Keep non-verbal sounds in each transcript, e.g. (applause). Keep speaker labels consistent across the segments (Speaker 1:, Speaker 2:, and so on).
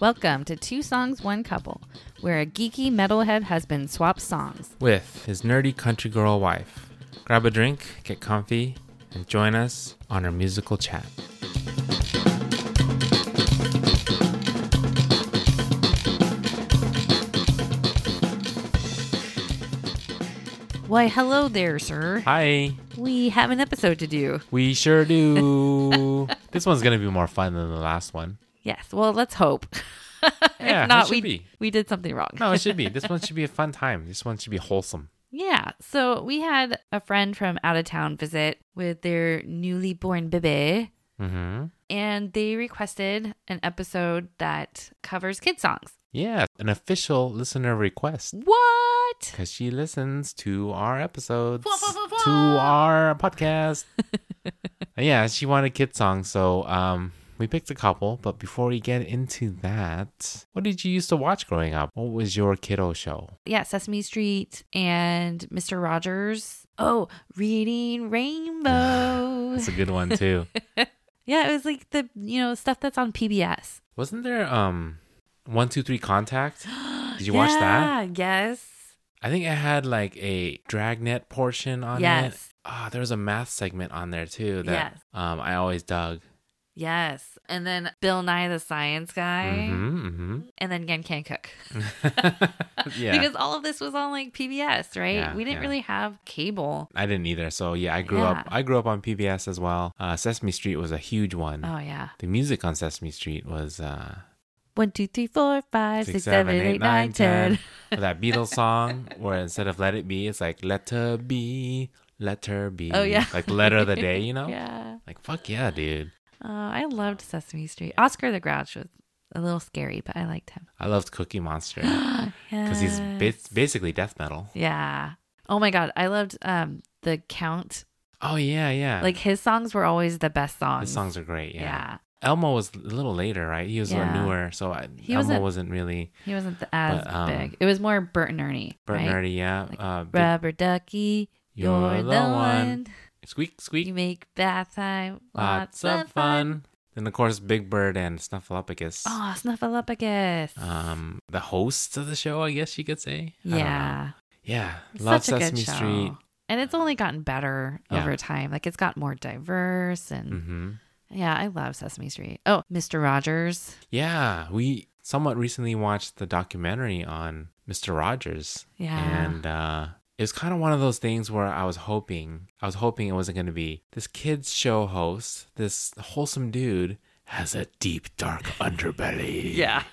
Speaker 1: Welcome to Two Songs, One Couple, where a geeky metalhead husband swaps songs.
Speaker 2: with his nerdy country girl wife. Grab a drink, get comfy, and join us on our musical chat.
Speaker 1: Why, hello there, sir.
Speaker 2: Hi,
Speaker 1: We have an episode to do.
Speaker 2: we sure do. (laughs) this one's gonna be more fun than the last one.
Speaker 1: Yes, well, let's hope. (laughs)
Speaker 2: Yeah,
Speaker 1: if not,
Speaker 2: it should
Speaker 1: we,
Speaker 2: be.
Speaker 1: we did something wrong.
Speaker 2: No, it should be. This one should be a fun time. This one should be wholesome.
Speaker 1: Yeah. So we had a friend from out of town visit with their newly born baby,
Speaker 2: Mm-hmm.
Speaker 1: and they requested an episode that covers kid songs.
Speaker 2: Yeah, an official listener request
Speaker 1: What?
Speaker 2: because she listens to our episodes,
Speaker 1: Wah, wah, wah, wah.
Speaker 2: to our
Speaker 1: (laughs)
Speaker 2: podcast. yeah, she wanted kid songs, so um, we picked a couple. But before we get into that, what did you used to watch growing up? What was your kiddo show?
Speaker 1: Yeah, Sesame Street and Mr. Rogers. Oh, Reading Rainbow.
Speaker 2: That's a
Speaker 1: (laughs)
Speaker 2: good one too.
Speaker 1: yeah, it was like the, you know, stuff that's on PBS.
Speaker 2: Wasn't there um, one two
Speaker 1: (gasps)
Speaker 2: three contact? Did you watch
Speaker 1: Yeah,
Speaker 2: that?
Speaker 1: Yes.
Speaker 2: I think it had like a dragnet portion on it.
Speaker 1: Yes.
Speaker 2: Ah, there was a math segment on there too that
Speaker 1: Yes.
Speaker 2: um, I always dug.
Speaker 1: Yes. And then Bill Nye the Science Guy. (laughs)
Speaker 2: hmm
Speaker 1: And then Gen Can Cook.
Speaker 2: (laughs) yeah.
Speaker 1: because all of this was on like PBS, right?
Speaker 2: Yeah,
Speaker 1: we didn't
Speaker 2: yeah.
Speaker 1: really have cable.
Speaker 2: I didn't either. So yeah, I grew up.
Speaker 1: Yeah.
Speaker 2: I grew up on PBS as well. Uh, Sesame Street was a huge one.
Speaker 1: Oh yeah,
Speaker 2: The music on Sesame Street was uh,
Speaker 1: one, two, three, four, five, six, seven, eight, nine, (laughs) ten.
Speaker 2: That Beatles song where instead of "Let It Be," it's like "Let Her Be," "Let Her Be."
Speaker 1: Oh, yeah.
Speaker 2: like letter of
Speaker 1: (laughs)
Speaker 2: the day, you know?
Speaker 1: Yeah,
Speaker 2: Like fuck yeah, dude.
Speaker 1: oh, I loved Sesame Street. Oscar the Grouch was a little scary, but I liked him (gasps)
Speaker 2: I loved Cookie Monster because he's
Speaker 1: Yes.
Speaker 2: ba- basically death metal.
Speaker 1: Yeah. Oh my god, I loved um the Count.
Speaker 2: Oh yeah, yeah.
Speaker 1: Like his songs were always the best songs.
Speaker 2: his songs are great.
Speaker 1: yeah.
Speaker 2: Yeah. Elmo was a little later, right? He was a
Speaker 1: Yeah.
Speaker 2: little newer, so I,
Speaker 1: He
Speaker 2: Elmo
Speaker 1: wasn't-
Speaker 2: wasn't really
Speaker 1: he wasn't the, as
Speaker 2: But, um,
Speaker 1: big. It was more Bert and Ernie.
Speaker 2: Bert
Speaker 1: right?
Speaker 2: and Ernie. Yeah.
Speaker 1: Like,
Speaker 2: uh, big-
Speaker 1: Rubber ducky, you're, the one.
Speaker 2: Squeak,
Speaker 1: You
Speaker 2: squeak.
Speaker 1: make bath time lots, of fun.
Speaker 2: Then, of course, Big Bird and Snuffleupagus.
Speaker 1: Oh, Snuffleupagus.
Speaker 2: Um, the hosts of the show, I guess you could say. I don't know.
Speaker 1: yeah.
Speaker 2: Yeah.
Speaker 1: It's
Speaker 2: Love
Speaker 1: such a
Speaker 2: Sesame
Speaker 1: good show.
Speaker 2: Street.
Speaker 1: And it's only gotten better
Speaker 2: Yeah.
Speaker 1: over time. Like it's got more diverse and
Speaker 2: hmm
Speaker 1: yeah, I love Sesame Street. Oh, Mr. Rogers.
Speaker 2: Yeah. We somewhat recently watched the documentary on Mr. Rogers.
Speaker 1: Yeah. (laughs)
Speaker 2: And, uh, it was kind of one of those things where I was hoping, I was hoping it wasn't going to be this kids show host, this wholesome dude has a deep dark underbelly.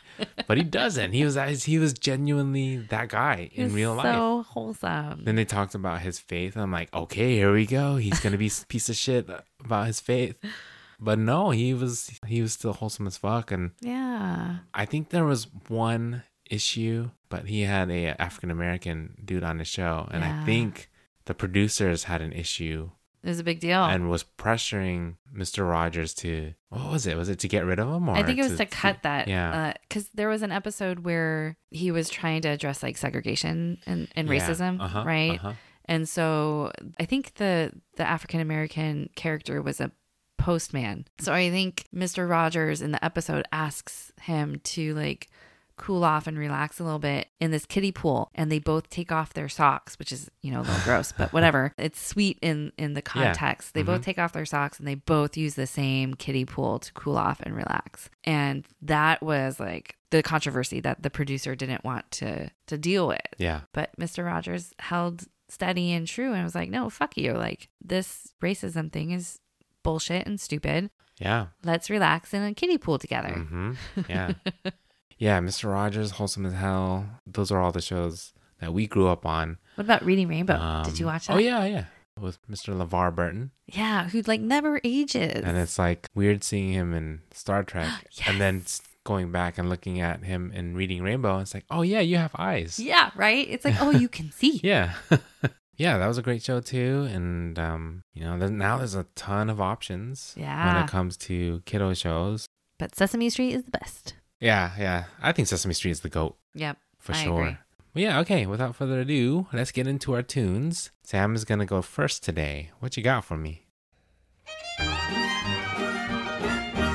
Speaker 2: but he doesn't. He was he was genuinely that guy in
Speaker 1: It's
Speaker 2: real life.
Speaker 1: So wholesome.
Speaker 2: Then they talked about his faith, and I'm like, okay, here we go. He's gonna be a piece of shit about his faith. But no, he was he was still wholesome as fuck. And
Speaker 1: Yeah.
Speaker 2: I think there was one issue, but he had a African American dude on the show, and
Speaker 1: Yeah.
Speaker 2: I think the producers had an issue
Speaker 1: It was a big deal.
Speaker 2: and was pressuring Mr. Rogers to what was it? Was it to get rid of him? Or
Speaker 1: I think it was to, cut that. uh,
Speaker 2: yeah.
Speaker 1: Because there was an episode where he was trying to address like segregation and, and
Speaker 2: Yeah.
Speaker 1: racism,
Speaker 2: Uh-huh,
Speaker 1: right?
Speaker 2: uh-huh.
Speaker 1: And so I think the the African American character was a postman. So I think Mr. Rogers in the episode asks him to like cool off and relax a little bit in this kiddie pool and they both take off their socks which is you know a
Speaker 2: (laughs)
Speaker 1: little gross but whatever it's sweet in in the context they
Speaker 2: Mm-hmm.
Speaker 1: both take off their socks and they both use the same kiddie pool to cool off and relax and that was like the controversy that the producer didn't want to to deal with
Speaker 2: Yeah.
Speaker 1: but Mr. Rogers held steady and true and was like, no, fuck you. Like, this racism thing is bullshit and stupid.
Speaker 2: Yeah.
Speaker 1: Let's relax in a kiddie pool together.
Speaker 2: hmm
Speaker 1: (laughs)
Speaker 2: Yeah. yeah. Mr. Rogers, Wholesome as Hell. Those are all the shows that we grew up on.
Speaker 1: What about Reading Rainbow? Did you
Speaker 2: Um,
Speaker 1: watch that?
Speaker 2: Oh, yeah. Yeah. With Mr. LeVar Burton.
Speaker 1: Yeah, who like never ages.
Speaker 2: And it's like weird seeing him in Star
Speaker 1: (gasps)
Speaker 2: Trek and then s- going back and looking at him and reading Rainbow. It's like, oh, yeah, you have eyes.
Speaker 1: yeah, right? It's like, oh, you can see.
Speaker 2: (laughs) Yeah. yeah, that was a great show too. And, um, you know, then now there's a ton of options when
Speaker 1: Yeah.
Speaker 2: it comes to kiddo shows.
Speaker 1: But Sesame Street is the best.
Speaker 2: Yeah. Yeah. I think Sesame Street is the GOAT.
Speaker 1: Yep.
Speaker 2: For
Speaker 1: I
Speaker 2: sure.
Speaker 1: agree.
Speaker 2: Well, yeah, okay. Without further ado, let's get into our tunes. Sam is going to go first today. What you got for me?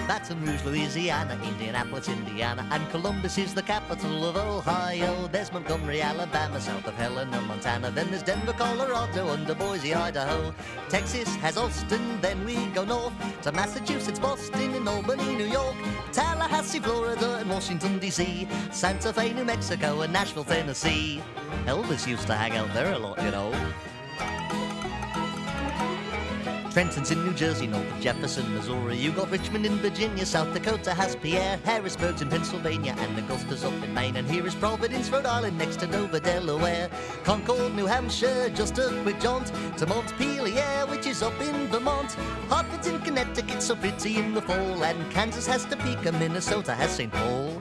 Speaker 3: That's Baton Rouge, Louisiana, Indianapolis, Indiana, and Columbus is the capital of Ohio. There's Montgomery, Alabama, south of Helena, Montana, then there's Denver, Colorado, and to Boise, Idaho. Texas has Austin, then we go north to Massachusetts, Boston, and Albany, New York, Tallahassee, Florida, and Washington, D.C., Santa Fe, New Mexico, and Nashville, Tennessee. Elvis used to hang out there a lot, you know. Trenton's in New Jersey, north of Jefferson, Missouri. You got Richmond in Virginia, South Dakota has Pierre, Harrisburg in Pennsylvania, and Augusta's up in Maine. And here is Providence, Rhode Island, next to Dover, Delaware. Concord, New Hampshire, just a quick jaunt to Montpelier, which is up in Vermont. Hartford's in Connecticut, so pretty in the fall. And Kansas has Topeka, Minnesota has St. Paul.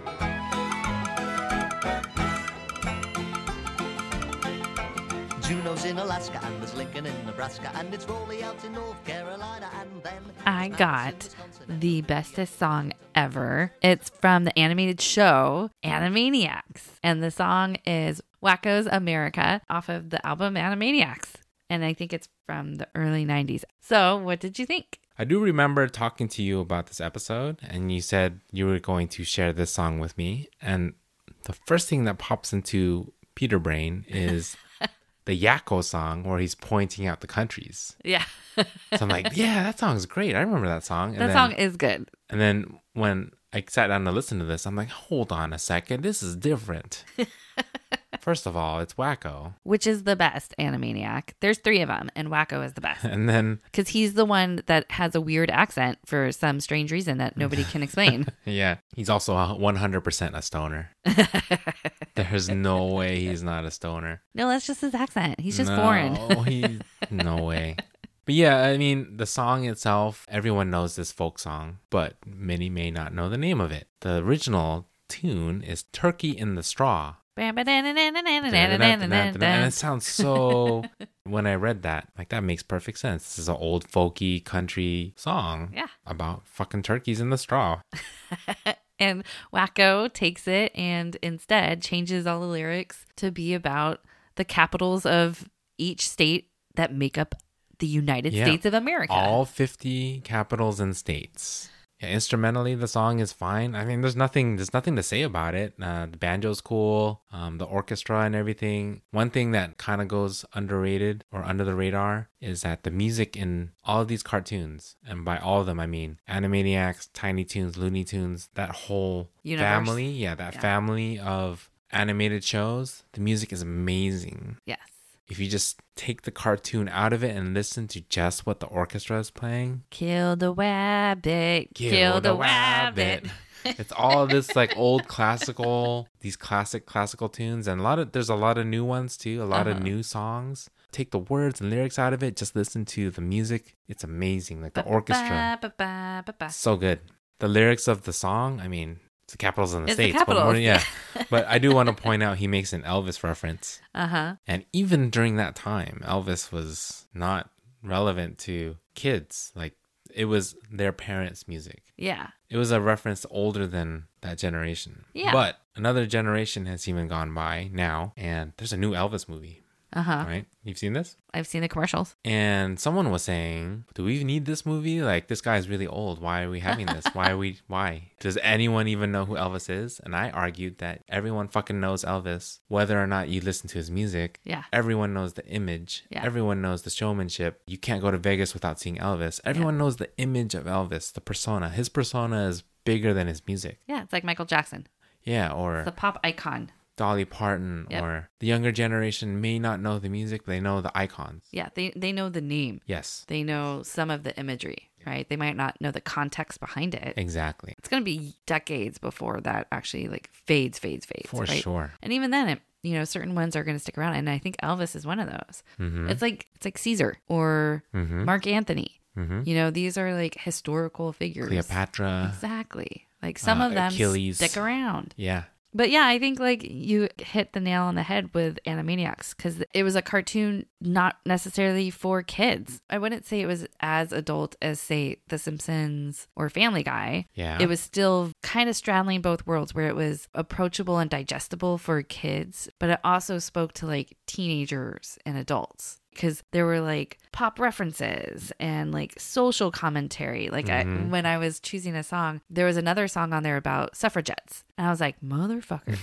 Speaker 3: Juneau's in Alaska, and there's Lincoln in Nebraska, and it's Raleigh out in North Carolina, and then
Speaker 1: I got the bestest song ever. It's from the animated show Animaniacs. And the song is Wacko's America off of the album Animaniacs. And I think it's from the early 90s. So, what did you think?
Speaker 2: I do remember talking to you about this episode, and you said you were going to share this song with me. And the first thing that pops into Peter Brain
Speaker 1: (laughs)
Speaker 2: is the Yakko song, where he's pointing out the countries.
Speaker 1: Yeah.
Speaker 2: So
Speaker 1: (laughs)
Speaker 2: I'm like, yeah, that song's great. I remember that song. And
Speaker 1: that
Speaker 2: then,
Speaker 1: song is good.
Speaker 2: And then when I sat down to listen to this, I'm like, hold on a second, this
Speaker 1: (laughs)
Speaker 2: is different. First of all, it's Wacko,
Speaker 1: Which is the best Animaniac? There's three of them, and Wacko is the best.
Speaker 2: (laughs) and then
Speaker 1: Because he's the one that has a weird accent for some strange reason that nobody can explain.
Speaker 2: Yeah. He's also a 100%
Speaker 1: (laughs)
Speaker 2: a stoner. There's no way he's not a stoner.
Speaker 1: no, that's just his accent. He's just
Speaker 2: no,
Speaker 1: foreign.
Speaker 2: he, no way. But yeah, I mean, the song itself, everyone knows this folk song, but many may not know the name of it. The original tune is Turkey in the Straw. And it sounds so. (laughs) When I read that, like that makes perfect sense. This is an old folky country song
Speaker 1: Yeah.
Speaker 2: about fucking turkeys in the straw.
Speaker 1: And Wacko takes it and instead changes all the lyrics to be about the capitals of each state that make up the United
Speaker 2: Yeah.
Speaker 1: States of America.
Speaker 2: All 50 capitals and states. Yeah, instrumentally, the song is fine. I mean, there's nothing, there's nothing to say about it. Uh, the banjo's cool, um, the orchestra and everything. One thing that kind of goes underrated or under the radar is that the music in all of these cartoons, and by all of them, I mean Animaniacs, Tiny Toons, Looney Tunes, that whole
Speaker 1: Universe.
Speaker 2: family. Yeah, that family of animated shows. The music is amazing
Speaker 1: yes.
Speaker 2: if you just take the cartoon out of it and listen to just what the orchestra is
Speaker 1: (laughs)
Speaker 2: playing,
Speaker 1: Kill the rabbit. Kill, the, rabbit.
Speaker 2: (laughs) it's all this like old classical, these classic classical tunes, and a lot of there's a lot of new ones too, a lot
Speaker 1: Uh-huh.
Speaker 2: of new songs. Take the words and lyrics out of it, just listen to the music. It's amazing, like the orchestra,
Speaker 1: Ba, ba, ba, ba.
Speaker 2: so good. The lyrics of the song, I mean, it's the capitals in the
Speaker 1: It's the
Speaker 2: states, but more,
Speaker 1: capitals, (laughs)
Speaker 2: yeah. but I do want to point out he makes an Elvis reference.
Speaker 1: Uh-huh.
Speaker 2: And even during that time, Elvis was not relevant to kids. Like it was their parents' music.
Speaker 1: Yeah.
Speaker 2: It was a reference older than that generation.
Speaker 1: Yeah.
Speaker 2: But another generation has even gone by now, and there's a new Elvis movie,
Speaker 1: Uh-huh.
Speaker 2: right? You've seen this?
Speaker 1: I've seen the commercials.
Speaker 2: And someone was saying, "Do we need this movie? Like this guy's really old. Why are we having this? Why
Speaker 1: (laughs)
Speaker 2: are we why? Does anyone even know who Elvis is?" And I argued that everyone fucking knows Elvis, whether or not you listen to his music.
Speaker 1: Yeah.
Speaker 2: Everyone knows the image.
Speaker 1: Yeah.
Speaker 2: Everyone knows the showmanship. You can't go to Vegas without seeing Elvis. Everyone knows the image of Elvis, the persona. His persona is bigger than his music.
Speaker 1: Yeah, it's like Michael Jackson.
Speaker 2: Yeah, or
Speaker 1: The pop icon.
Speaker 2: Dolly Parton
Speaker 1: Yep.
Speaker 2: or the younger generation may not know the music, but they know the icons.
Speaker 1: Yeah, they they know the name.
Speaker 2: Yes.
Speaker 1: They know some of the imagery, right? They might not know the context behind it.
Speaker 2: Exactly.
Speaker 1: it's going to be decades before that actually like fades fades fades
Speaker 2: For
Speaker 1: right?
Speaker 2: sure.
Speaker 1: and even then it you know certain ones are going to stick around and i think elvis is one of those
Speaker 2: Mm-hmm.
Speaker 1: it's like it's like caesar or mark anthony you know these are like historical figures
Speaker 2: Mm-hmm. Cleopatra.
Speaker 1: exactly like some
Speaker 2: Uh,
Speaker 1: of them
Speaker 2: Achilles.
Speaker 1: stick around
Speaker 2: Yeah.
Speaker 1: but yeah, I think like you hit the nail on the head with Animaniacs because it was a cartoon not necessarily for kids. I wouldn't say it was as adult as, say, The Simpsons or Family Guy.
Speaker 2: Yeah.
Speaker 1: It was still kind of straddling both worlds where it was approachable and digestible for kids, but it also spoke to like teenagers and adults. because there were like pop references and like social commentary. Like I,
Speaker 2: Mhm.
Speaker 1: when I was choosing a song, there was another song on there about suffragettes, and I was like, motherfucker,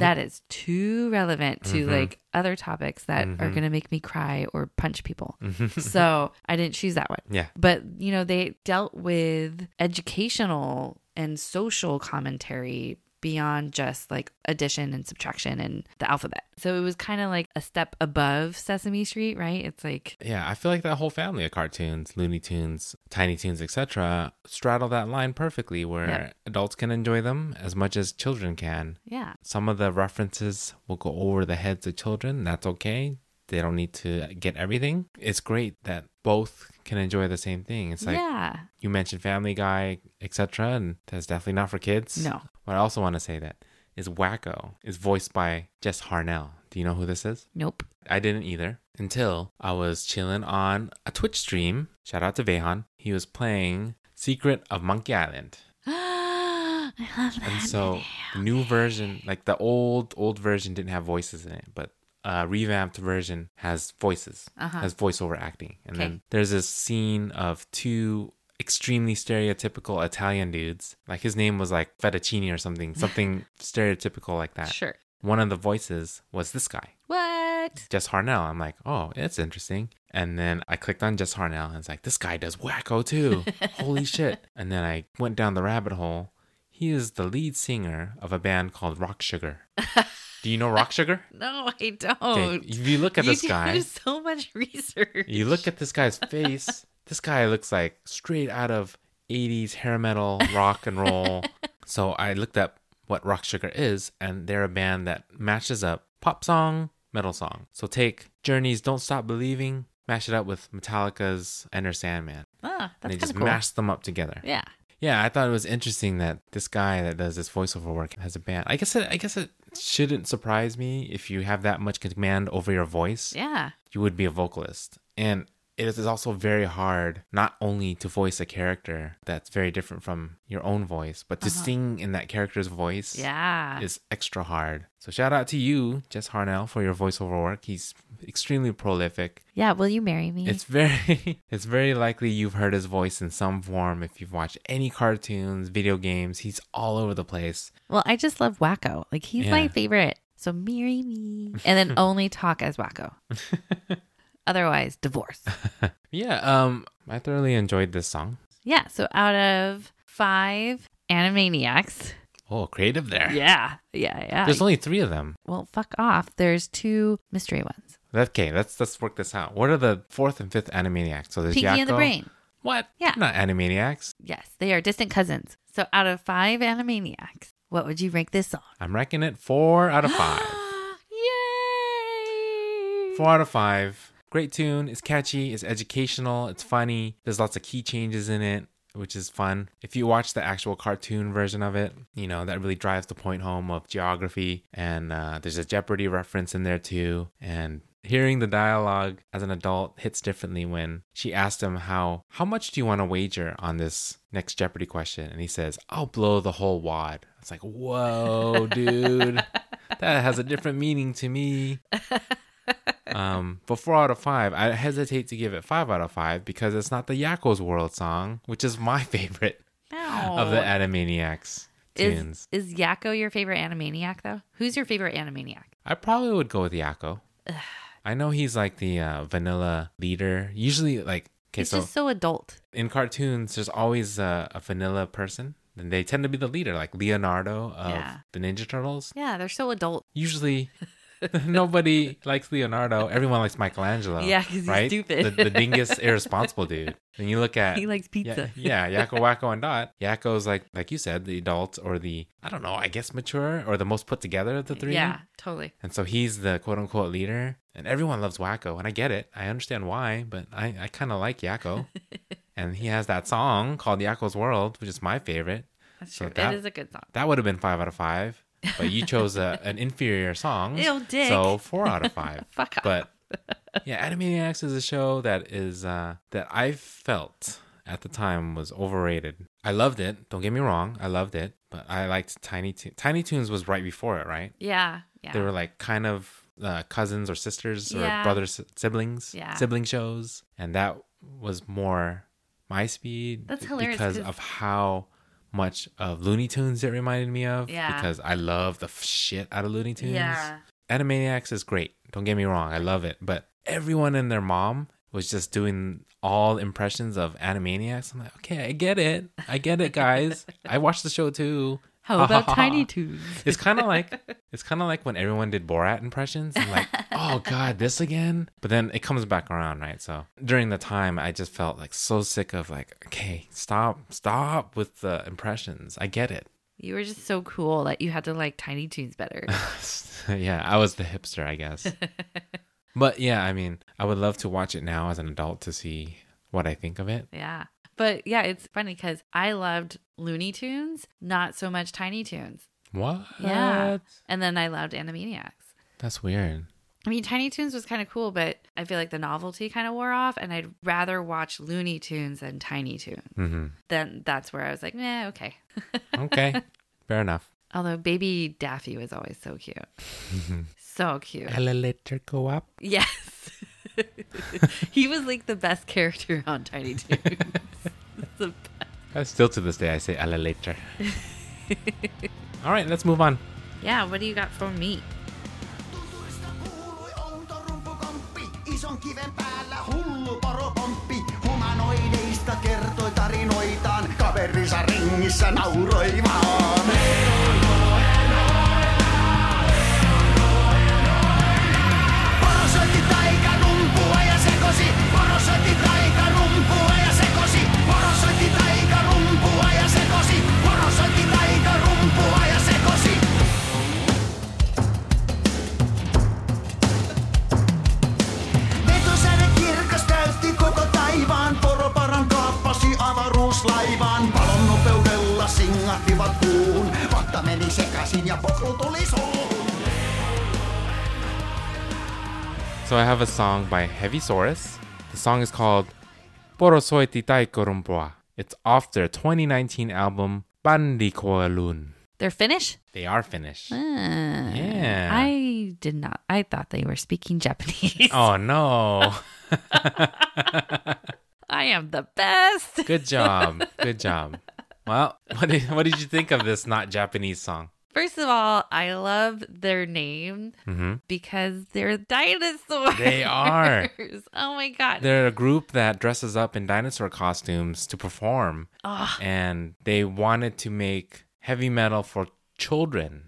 Speaker 1: that is too relevant to
Speaker 2: Mhm.
Speaker 1: like other topics that are
Speaker 2: Mhm.
Speaker 1: gonna make me cry or punch people. so I didn't choose that one.
Speaker 2: yeah.
Speaker 1: But, you know, they dealt with educational and social commentary beyond just like addition and subtraction and the alphabet. So it was kind of like a step above Sesame Street, right? It's like,
Speaker 2: Yeah, I feel like that whole family of cartoons, Looney Tunes, Tiny Tunes, etc., straddle that line perfectly where
Speaker 1: Yep.
Speaker 2: adults can enjoy them as much as children can.
Speaker 1: yeah.
Speaker 2: Some of the references will go over the heads of children. That's okay. They don't need to get everything. It's great that both can enjoy the same thing. It's like
Speaker 1: yeah.
Speaker 2: you mentioned Family Guy, etc., and that's definitely not for kids.
Speaker 1: No.
Speaker 2: What I also want to say that is Wacko is voiced by Jess Harnell. Do you know who this is?
Speaker 1: Nope. (gasps)
Speaker 2: I didn't either until I was chilling on a Twitch stream. Shout out to Vehan. He was playing Secret of Monkey Island.
Speaker 1: I love that.
Speaker 2: And so the new version, like the old old version didn't have voices in it, but a revamped version has voices,
Speaker 1: Uh-huh.
Speaker 2: has voiceover acting. And
Speaker 1: Okay.
Speaker 2: then there's this scene of two extremely stereotypical Italian dudes. Like his name was like Fettuccine or
Speaker 1: (laughs)
Speaker 2: something, something stereotypical like that.
Speaker 1: Sure.
Speaker 2: One of the voices was this guy.
Speaker 1: What?
Speaker 2: Jess Harnell. I'm like, oh, it's interesting. And then I clicked on Jess Harnell and it's like, this guy does wacko too. Holy shit. And then I went down the rabbit hole. He is the lead singer of a band called Rock Sugar. Do you know Rock Sugar?
Speaker 1: No, I don't.
Speaker 2: Okay, if you look at
Speaker 1: Oh, You
Speaker 2: this
Speaker 1: do
Speaker 2: guy,
Speaker 1: (laughs) so much research.
Speaker 2: you look at this guy's face. this guy looks like straight out of 80s hair metal, rock and
Speaker 1: (laughs)
Speaker 2: roll. so I looked up what Rock Sugar is, and they're a band that matches up pop song, metal song. So take Journey's Don't Stop Believing, mash it up with Metallica's Enter Sandman.
Speaker 1: Ah,
Speaker 2: And
Speaker 1: that's
Speaker 2: they
Speaker 1: kind
Speaker 2: just
Speaker 1: of cool.
Speaker 2: mash them up together.
Speaker 1: yeah.
Speaker 2: Yeah, I thought it was interesting that this guy that does this voiceover work has a band. I guess it, I guess it shouldn't surprise me if you have that much command over your voice
Speaker 1: Yeah.
Speaker 2: you would be a vocalist. And it is also very hard not only to voice a character that's very different from your own voice, but to sing in that character's voice
Speaker 1: Uh-huh. Yeah.
Speaker 2: is extra hard. So shout out to you, Jess Harnell, for your voiceover work. He's extremely prolific.
Speaker 1: yeah. Will you marry me?
Speaker 2: It's very (laughs) it's very likely you've heard his voice in some form if you've watched any cartoons, video games. He's all over the place.
Speaker 1: Well, I just love Wacko. Like he's my
Speaker 2: Yeah.
Speaker 1: favorite. So marry me, and
Speaker 2: (laughs)
Speaker 1: then only talk as Wacko. Otherwise,
Speaker 2: (laughs)
Speaker 1: divorce.
Speaker 2: Yeah, um I thoroughly enjoyed this song.
Speaker 1: Yeah. So out of five Animaniacs,
Speaker 2: Oh, creative there.
Speaker 1: yeah, yeah, yeah.
Speaker 2: There's only 3 of them.
Speaker 1: well, fuck off. There's two mystery ones.
Speaker 2: Okay, let's let's work this out. What are the fourth and fifth Animaniacs? So there's
Speaker 1: Pinky
Speaker 2: Yakko.
Speaker 1: and the Brain.
Speaker 2: What?
Speaker 1: Yeah.
Speaker 2: Not Animaniacs.
Speaker 1: Yes, they are distant cousins. So out of five Animaniacs, what would you rank this
Speaker 2: (gasps)
Speaker 1: song?
Speaker 2: I'm ranking it four out
Speaker 1: (gasps)
Speaker 2: of five.
Speaker 1: Yay!
Speaker 2: four out of five. Great tune. It's catchy. It's educational. It's funny. There's lots of key changes in it, which is fun. If you watch the actual cartoon version of it, you know that really drives the point home of geography. And uh, there's a Jeopardy reference in there too. And hearing the dialogue as an adult hits differently when she asked him how how much do you want to wager on this next Jeopardy question, and he says, "I'll blow the whole wad." It's like, whoa, dude. That has a different meaning to me um, but four out of five, I hesitate to give it five out of five because it's not the Yakko's World song, which is my (laughs) favorite
Speaker 1: Ow.
Speaker 2: of the Animaniacs tunes.
Speaker 1: Oh. is, is Yakko your favorite Animaniac though? Who's your favorite Animaniac?
Speaker 2: I probably would go
Speaker 1: (sighs)
Speaker 2: with Yakko. I know he's like the uh, vanilla leader. Usually, like okay,
Speaker 1: He's
Speaker 2: so
Speaker 1: just so adult.
Speaker 2: in cartoons, there's always uh, a, a vanilla person, and they tend to be the leader, like Leonardo of
Speaker 1: Yeah.
Speaker 2: the Ninja Turtles.
Speaker 1: Yeah, they're so adult.
Speaker 2: usually (laughs) nobody likes Leonardo. Everyone likes Michelangelo.
Speaker 1: Yeah, 'cause he's stupid.
Speaker 2: the,
Speaker 1: (laughs)
Speaker 2: the dingus, irresponsible dude. And you look at
Speaker 1: He likes
Speaker 2: yeah,
Speaker 1: pizza.
Speaker 2: yeah, Yakko, Wacko, and Dot. Yakko's like, like you said, the adult or the I don't know, I guess mature or the most put together of the three.
Speaker 1: Yeah, totally.
Speaker 2: And so he's the quote unquote leader, and everyone loves Wacko, and I get it. I understand why, but I, I kind of
Speaker 1: (laughs)
Speaker 2: like Yakko. and he has that song called Yakko's World, which is my favorite.
Speaker 1: That's
Speaker 2: So
Speaker 1: true.
Speaker 2: that-
Speaker 1: it is a good song.
Speaker 2: That would have been five out of five, but you chose a, an inferior
Speaker 1: (laughs)
Speaker 2: song.
Speaker 1: Ew, dick.
Speaker 2: So four out of five.
Speaker 1: (laughs) Fuck off.
Speaker 2: but yeah, Animaniacs is a show that is uh, that I felt at the time was overrated. I loved it. Don't get me wrong, I loved it, but I liked Tiny Toons. Tiny Toons was right before it, right?
Speaker 1: yeah, yeah.
Speaker 2: They were like kind of uh, cousins or sisters or
Speaker 1: Yeah.
Speaker 2: brothers, siblings,
Speaker 1: Yeah.
Speaker 2: sibling shows. And that was more my speed.
Speaker 1: That's
Speaker 2: b-
Speaker 1: hilarious
Speaker 2: Because
Speaker 1: 'cause-
Speaker 2: of how much of Looney Tunes it reminded me of.
Speaker 1: Yeah.
Speaker 2: Because I love the f- shit out of Looney Tunes.
Speaker 1: Yeah.
Speaker 2: Animaniacs is great. Don't get me wrong. I love it. But everyone and their mom was just doing all impressions of Animaniacs. I'm like, okay, I get it. I get
Speaker 1: (laughs)
Speaker 2: it, guys. I watched the show too.
Speaker 1: How
Speaker 2: Ha, ha, (laughs)
Speaker 1: about
Speaker 2: ha, ha.
Speaker 1: Tiny Toons?
Speaker 2: It's kind of like it's kind of like when everyone did Borat impressions. I'm like, oh god, this again. But then it comes back around, right? So during the time, I just felt like so sick of like, okay, stop, stop with the impressions. I get it. (laughs)
Speaker 1: You were just so cool that you had to like Tiny Toons better. (laughs)
Speaker 2: yeah, I was the hipster, I guess. but yeah, I mean, I would love to watch it now as an adult to see what I think of it.
Speaker 1: yeah. But yeah, it's funny because I loved Looney Tunes, not so much Tiny Toons.
Speaker 2: What?
Speaker 1: Yeah. And then I loved Animaniacs.
Speaker 2: That's weird.
Speaker 1: I mean, Tiny Toons was kind of cool, but I feel like the novelty kind of wore off, and I'd rather watch Looney Tunes than Tiny Toons.
Speaker 2: hmm
Speaker 1: Then that's where I was like, nah, okay. (laughs)
Speaker 2: Okay, fair enough.
Speaker 1: Although baby Daffy was always so
Speaker 2: (laughs)
Speaker 1: cute. so cute.
Speaker 2: Elevator go up.
Speaker 1: Yes. (laughs) he was like the best character on Tiny Toons. (laughs) The best.
Speaker 2: Uh, Still to this day, I say elevator. All right, let's move on.
Speaker 1: yeah, what do you got for me?
Speaker 4: Tutuista kuului outo rumpukomppi. Ison kiven päällä hullu poropomppi. Humanoideista kertoi tarinoitaan. Kaverinsa ringissä nauroi vaan. Poro soitti taikarumpua ja sekosi. Poro soitti taikarumpua ja sekosi. Poro soitti taikarumpua ja sekosi. Poro soitti taikarumpua ja sekosi. Vetosäde kirkas täytti koko taivaan. Poroparan kaappasi avaruuslaivaan. Palon nopeudella singahtivat kuuhun. Vatta meni sekaisin ja pokru tuli suuhun.
Speaker 2: So I have a song by Heavy Saurus. The song is called Borosoi Titai Korumpua. It's off their 2019 album Bandikoalun.
Speaker 1: They're Finnish?
Speaker 2: They are Finnish. Yeah.
Speaker 1: I did not. I thought they were speaking Japanese.
Speaker 2: Oh no.
Speaker 1: (laughs) I am the best.
Speaker 2: Good job. Good job. Well, what did, what did you think of this not Japanese song?
Speaker 1: First of all, I love their name
Speaker 2: Mm-hmm.
Speaker 1: because they're dinosaurs.
Speaker 2: They are.
Speaker 1: (laughs) Oh my god.
Speaker 2: They're a group that dresses up in dinosaur costumes to perform.
Speaker 1: Ah.
Speaker 2: And they wanted to make heavy metal for children.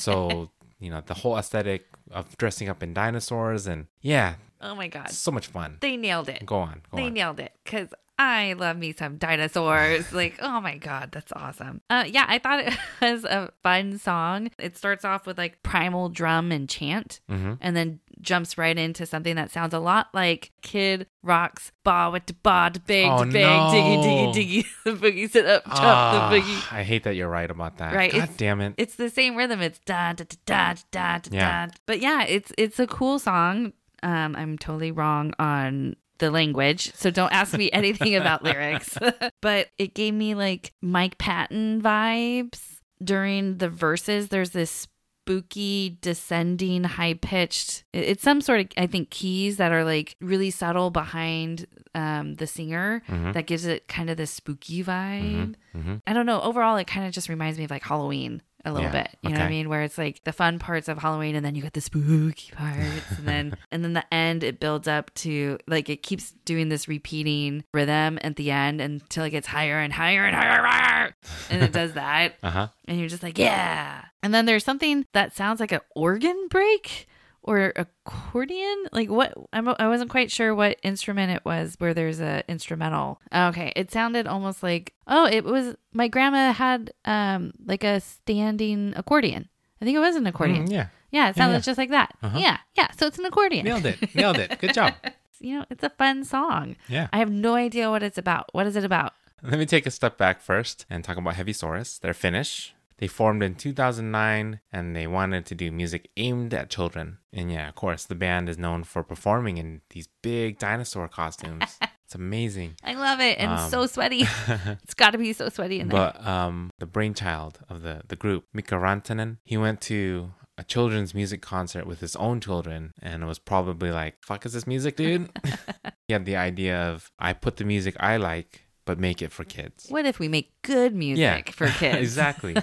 Speaker 1: (laughs)
Speaker 2: so, you know, the whole aesthetic of dressing up in dinosaurs and yeah,
Speaker 1: oh my god.
Speaker 2: so much fun.
Speaker 1: They nailed it.
Speaker 2: Go on. Go
Speaker 1: they
Speaker 2: on.
Speaker 1: nailed it because I love me some
Speaker 2: (laughs)
Speaker 1: dinosaurs. like, oh my god, that's awesome. Uh, yeah, I thought it (laughs) was a fun song. It starts off with like primal drum and chant,
Speaker 2: Mm-hmm.
Speaker 1: and then jumps right into something that sounds a lot like Kid Rock's "Ba with the ba da bang
Speaker 2: Oh,
Speaker 1: da bang diggy diggy
Speaker 2: no.
Speaker 1: diggy (laughs) the boogie sit up chop
Speaker 2: Ah,
Speaker 1: the boogie."
Speaker 2: I hate that you're right about that.
Speaker 1: Right,
Speaker 2: God
Speaker 1: it's-
Speaker 2: damn it.
Speaker 1: It's the same rhythm. It's da da da da da da
Speaker 2: Yeah.
Speaker 1: da. But yeah, it's it's a cool song. Um, I'm totally wrong on the language, so don't ask me anything about lyrics. (laughs) but it gave me like Mike Patton vibes during the verses. There's this spooky descending high pitched it's some sort of i think keys that are like really subtle behind um the singer that gives it kind of this spooky vibe I don't know. Overall, it kind of just reminds me of like Halloween a little
Speaker 2: Yeah,
Speaker 1: bit. You know what I
Speaker 2: okay.
Speaker 1: mean? Where it's like the fun parts of Halloween, and then you get the spooky parts, and
Speaker 2: (laughs)
Speaker 1: then and then the end. It builds up to like it keeps doing this repeating rhythm at the end until it gets higher and higher and higher, and higher and it does that,
Speaker 2: Uh huh.
Speaker 1: and you're just like, yeah. And then there's something that sounds like an organ break or accordion. Like what? I'm, I wasn't quite sure what instrument it was where there's a instrumental. Okay, it sounded almost like oh, it was my grandma had um like a standing accordion. I think it was an accordion. (laughs)
Speaker 2: Mm, yeah.
Speaker 1: Yeah, it sounded
Speaker 2: yeah. Uh-huh.
Speaker 1: just like that. Yeah, yeah. So it's an accordion.
Speaker 2: Nailed it. Nailed it. Good job.
Speaker 1: (laughs) You know, it's a fun song.
Speaker 2: Yeah.
Speaker 1: I have no idea what it's about. What is it about?
Speaker 2: Let me take a step back first and talk about Heavy Saurus. They're Finnish. They formed in 2009 and they wanted to do music aimed at children. And yeah, of course, the band is known for performing in these big
Speaker 1: (laughs)
Speaker 2: dinosaur costumes. it's amazing.
Speaker 1: I love it and
Speaker 2: Um,
Speaker 1: so
Speaker 2: (laughs)
Speaker 1: sweaty. it's got to be so sweaty in there.
Speaker 2: But um, the brainchild of the, the group, Mika Rantanen, he went to a children's music concert with his own children and was probably like, fuck is this
Speaker 1: (laughs)
Speaker 2: music, dude? (laughs) he had the idea of, I put the music I like, but make it for kids.
Speaker 1: What if we make good music
Speaker 2: (laughs)
Speaker 1: for kids?
Speaker 2: exactly.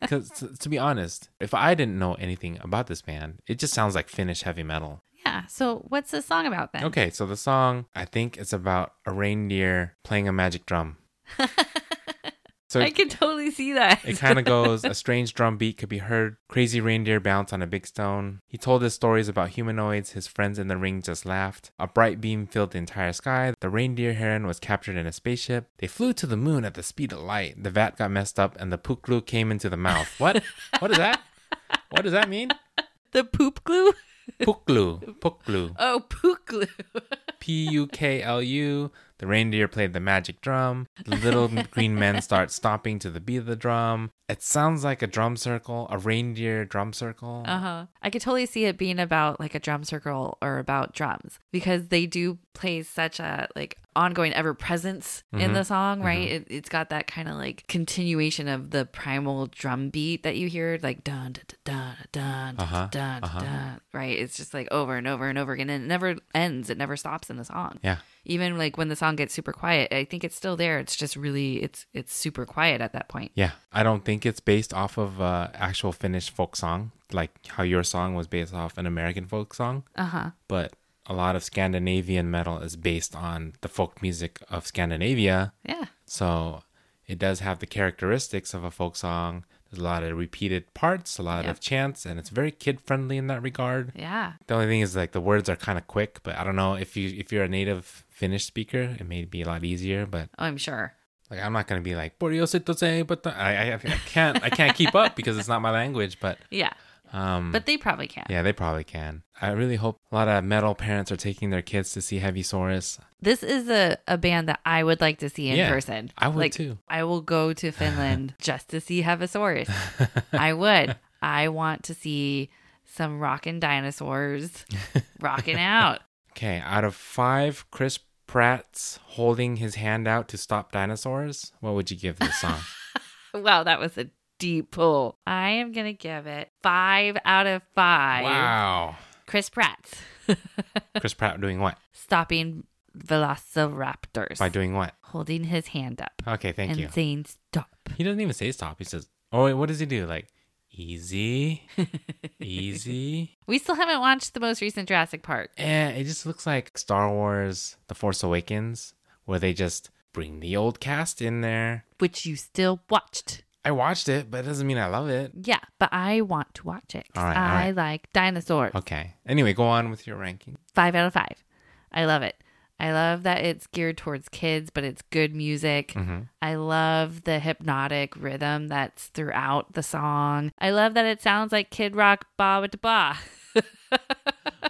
Speaker 2: Because to be honest, if I didn't know anything about this band, it just sounds like Finnish heavy metal.
Speaker 1: (laughs) Yeah. So what's this song about then?
Speaker 2: Okay, so the song, I think it's about a reindeer playing a magic drum. so
Speaker 1: I can totally see that.
Speaker 2: it kind of goes a strange drum beat could be heard, crazy reindeer bounce on a big stone. He told his stories about humanoids, his friends in the ring just laughed. A bright beam filled the entire sky. The reindeer heron was captured in a spaceship. They flew to the moon at the speed of light. The vat got messed up and the puklu came into the mouth. What? what is that? What does that mean?
Speaker 1: (laughs) the poop glue.
Speaker 2: Puklu. Puklu.
Speaker 1: Oh, poop (laughs) glue.
Speaker 2: P U K L U. The reindeer played the magic drum. The little green men start stomping to the beat of the drum. It sounds like a drum circle, a reindeer drum circle.
Speaker 1: Uh huh. I could totally see it being about like a drum circle or about drums because they do play such a like ongoing ever presence
Speaker 2: Mm-hmm.
Speaker 1: in the song, right? It, it's got that kind of like continuation of the primal drum beat that you hear, like dun dun dun dun dun
Speaker 2: Uh-huh,
Speaker 1: dun,
Speaker 2: uh-huh.
Speaker 1: dun, right? It's just like over and over and over again, and it never ends. It never stops in the song.
Speaker 2: Yeah.
Speaker 1: Even like when the song gets super quiet, I think it's still there. It's just really it's it's super quiet at that point.
Speaker 2: Yeah. I don't think it's based off of uh, actual Finnish folk song, like how your song was based off an American folk song.
Speaker 1: Uh huh.
Speaker 2: But a lot of Scandinavian metal is based on the folk music of Scandinavia.
Speaker 1: Yeah.
Speaker 2: So it does have the characteristics of a folk song. There's a lot of repeated parts, a lot
Speaker 1: Yeah.
Speaker 2: of chants, and it's very kid friendly in that regard.
Speaker 1: Yeah.
Speaker 2: The only thing is like the words are kind of quick, but I don't know if you if you're a native Finnish speaker, it may be a lot easier. But
Speaker 1: Oh, I'm sure.
Speaker 2: like I'm not gonna be like "Borjositose," but the-" I, I I can't I can't keep up because it's not my language. But
Speaker 1: Yeah.
Speaker 2: um,
Speaker 1: But they probably can.
Speaker 2: yeah, they probably can. I really hope a lot of metal parents are taking their kids to see Heavy Saurus.
Speaker 1: This is a, a band that I would like to see in
Speaker 2: Yeah,
Speaker 1: person.
Speaker 2: I would
Speaker 1: like,
Speaker 2: too.
Speaker 1: I will go
Speaker 2: (laughs)
Speaker 1: to Finland just to see Hevasaurus. I would. I want to see some rockin'
Speaker 2: (laughs)
Speaker 1: dinosaurs rocking out.
Speaker 2: Okay, out of five Chris Pratt's holding his hand out to stop dinosaurs, what would you give this song?
Speaker 1: Wow, that was a deep pull. I am going to give it five out of (laughs) five.
Speaker 2: wow.
Speaker 1: Chris Pratt (laughs)
Speaker 2: Chris Pratt doing what?
Speaker 1: stopping velociraptors
Speaker 2: By doing what?
Speaker 1: holding his hand up
Speaker 2: Okay, Oh, thank
Speaker 1: and
Speaker 2: you.
Speaker 1: saying stop. (laughs)
Speaker 2: He doesn't even say stop. He says, oh, wait, what does he do? Like, easy, easy.
Speaker 1: (laughs) We still haven't watched the most recent Jurassic Park.
Speaker 2: Eh, it just looks like Star Wars The Force Awakens, where they just bring the old cast in there.
Speaker 1: which you still watched.
Speaker 2: I watched it, but it doesn't mean I love it.
Speaker 1: Yeah, but I want to watch it. 'cause
Speaker 2: All right, all
Speaker 1: I
Speaker 2: right.
Speaker 1: like dinosaurs.
Speaker 2: Okay. Anyway, go on with your ranking.
Speaker 1: Five out of five. I love it. I love that it's geared towards kids, but it's good music.
Speaker 2: Mm-hmm.
Speaker 1: I love the hypnotic rhythm that's throughout the song. I love that it sounds like Kid Rock ba ba da ba.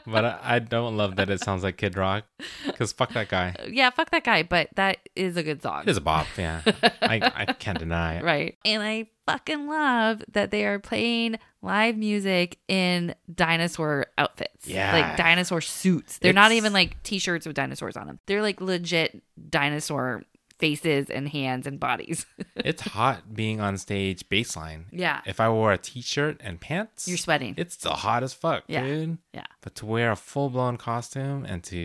Speaker 2: But I, I don't love that it sounds like Kid Rock, because fuck that guy.
Speaker 1: (laughs) Yeah, fuck that guy, but that is a good song.
Speaker 2: It is a bop,
Speaker 1: (laughs)
Speaker 2: yeah. I, I can't deny it.
Speaker 1: Right. And I fucking love that they are playing live music in dinosaur outfits.
Speaker 2: Yeah.
Speaker 1: Like dinosaur suits. They're not
Speaker 2: It's-
Speaker 1: even like t shirts with dinosaurs on them, they're like legit dinosaur faces and hands and bodies. (laughs)
Speaker 2: It's hot being on stage baseline.
Speaker 1: yeah.
Speaker 2: If I wore a t-shirt and pants,
Speaker 1: You're sweating.
Speaker 2: It's still hot as fuck,
Speaker 1: Yeah.
Speaker 2: dude.
Speaker 1: Yeah.
Speaker 2: But to wear a full-blown costume and to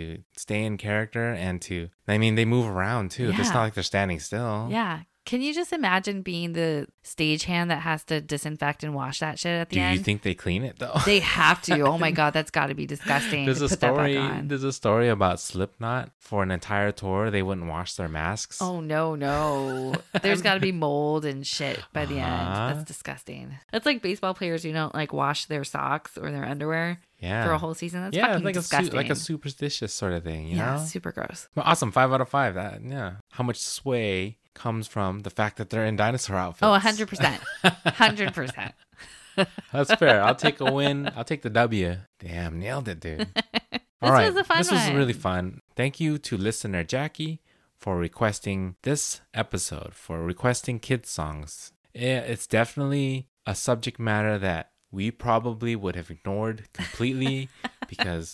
Speaker 2: stay in character and to, I mean, they move around too. It's
Speaker 1: Yeah.
Speaker 2: not like they're standing still.
Speaker 1: Yeah. Can you just imagine being the stagehand that has to disinfect and wash that shit at the
Speaker 2: Do
Speaker 1: end?
Speaker 2: you think they clean it though? (laughs)
Speaker 1: they have to. Oh my god, that's got to be disgusting.
Speaker 2: There's
Speaker 1: to
Speaker 2: a
Speaker 1: put that back
Speaker 2: story.
Speaker 1: on.
Speaker 2: There's a story about Slipknot. For an entire tour, they wouldn't wash their masks.
Speaker 1: Oh no,
Speaker 2: (laughs)
Speaker 1: no. There's got to be mold and shit by the
Speaker 2: Uh-huh.
Speaker 1: end. That's disgusting. That's like baseball players who don't like wash their socks or their underwear
Speaker 2: yeah.
Speaker 1: for a whole season. That's
Speaker 2: yeah,
Speaker 1: fucking
Speaker 2: like
Speaker 1: disgusting.
Speaker 2: a su- like a superstitious sort of thing, you
Speaker 1: yeah,
Speaker 2: know.
Speaker 1: super gross.
Speaker 2: Well, awesome, five out of five. That yeah. How much sway comes from the fact that they're in dinosaur outfits?
Speaker 1: Oh,
Speaker 2: (laughs)
Speaker 1: 100%. 100%.
Speaker 2: That's fair. I'll
Speaker 1: (laughs)
Speaker 2: take a win. I'll take the W. Damn, nailed it, dude. All
Speaker 1: This
Speaker 2: right,
Speaker 1: was a fun
Speaker 2: this was
Speaker 1: one.
Speaker 2: really fun. Thank you to listener Jackie for requesting this episode for requesting kids songs. Yeah, It's definitely a subject matter that we probably would have ignored
Speaker 1: (laughs)
Speaker 2: completely because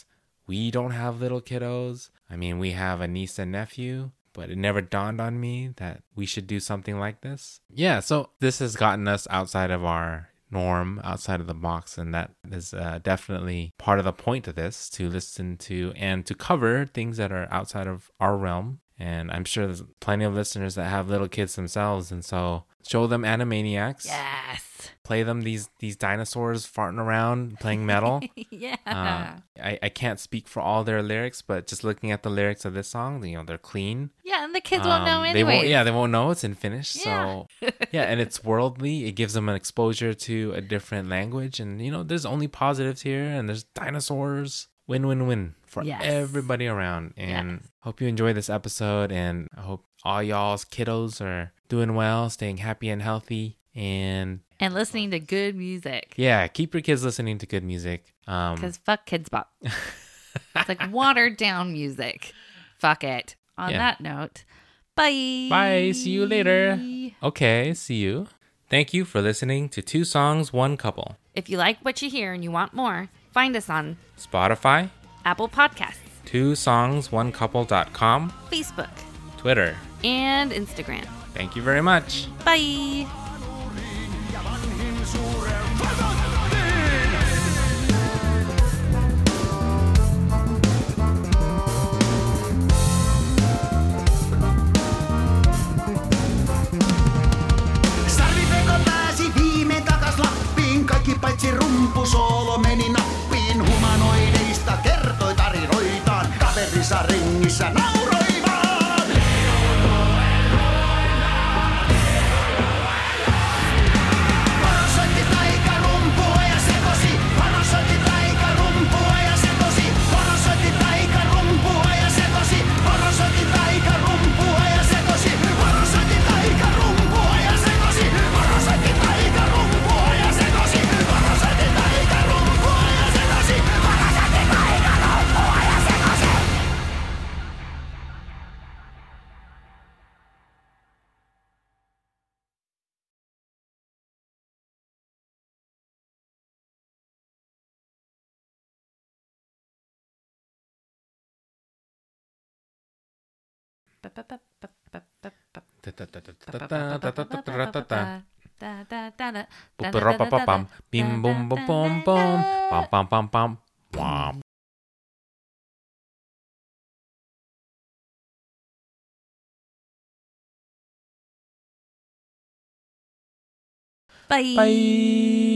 Speaker 2: we don't have little kiddos. I mean, we have a niece and nephew, but it never dawned on me that we should do something like this. Yeah, so this has gotten us outside of our norm outside of the box. And that is uh, definitely part of the point of this to listen to and to cover things that are outside of our realm. And I'm sure there's plenty of listeners that have little kids themselves. And so show them Animaniacs,
Speaker 1: Yes.
Speaker 2: play them these, these dinosaurs farting around playing metal.
Speaker 1: (laughs) yeah.
Speaker 2: Uh, I, I can't speak for all their lyrics, but just looking at the lyrics of this song, you know, they're clean.
Speaker 1: yeah, and the kids won't know
Speaker 2: Um,
Speaker 1: anyway.
Speaker 2: They won't, yeah, they won't know it's in Finnish.
Speaker 1: Yeah.
Speaker 2: So, (laughs) yeah, and it's worldly. It gives them an exposure to a different language. And, you know, there's only positives here, and there's dinosaurs. Win, win, win for
Speaker 1: Yes.
Speaker 2: everybody around. And
Speaker 1: Yes.
Speaker 2: hope you enjoy this episode. And I hope all y'all's kiddos are doing well, staying happy and healthy. And
Speaker 1: And listening to good music.
Speaker 2: yeah, keep your kids listening to good music. Um,
Speaker 1: Because fuck Kids
Speaker 2: (laughs)
Speaker 1: Bop. it's like watered down music. Fuck it. On
Speaker 2: Yeah.
Speaker 1: that note, bye.
Speaker 2: Bye. See you later. Okay, see you. Thank you for listening to Two Songs, One Couple.
Speaker 1: If you like what you hear and you want more, find us on
Speaker 2: Spotify,
Speaker 1: Apple Podcasts,
Speaker 2: Two Songs, One Couple.com,
Speaker 1: Facebook,
Speaker 2: Twitter.
Speaker 1: and Instagram.
Speaker 2: Thank you very much.
Speaker 1: Bye.
Speaker 4: ja vanhin suuren pakotteen. Sarvipeko pääsi viimein takas Lappiin, kaikki paitsi rumpusoolo meni nappiin. Humanoideista kertoi tarinoitaan, kaverissa ringissä nauroi vaan. Panosoitti taika rumpua ja sekosi. Panosoitti taika rumpua ja sekosi. Panosoitti taika rumpua ja sekosi. Panosoitti taika rumpua ja sekosi. Panosoitti taika rumpua ja sekosi. Panosoitti taika rumpua ja sekosi. Panosoitti taika rumpua ja sekosi. Panosoitti taika rumpua ja sekosi.
Speaker 2: Bim bum bum bum bum. Bum bum bum bum. Womp.
Speaker 1: Bye.
Speaker 2: (laughs) Bye.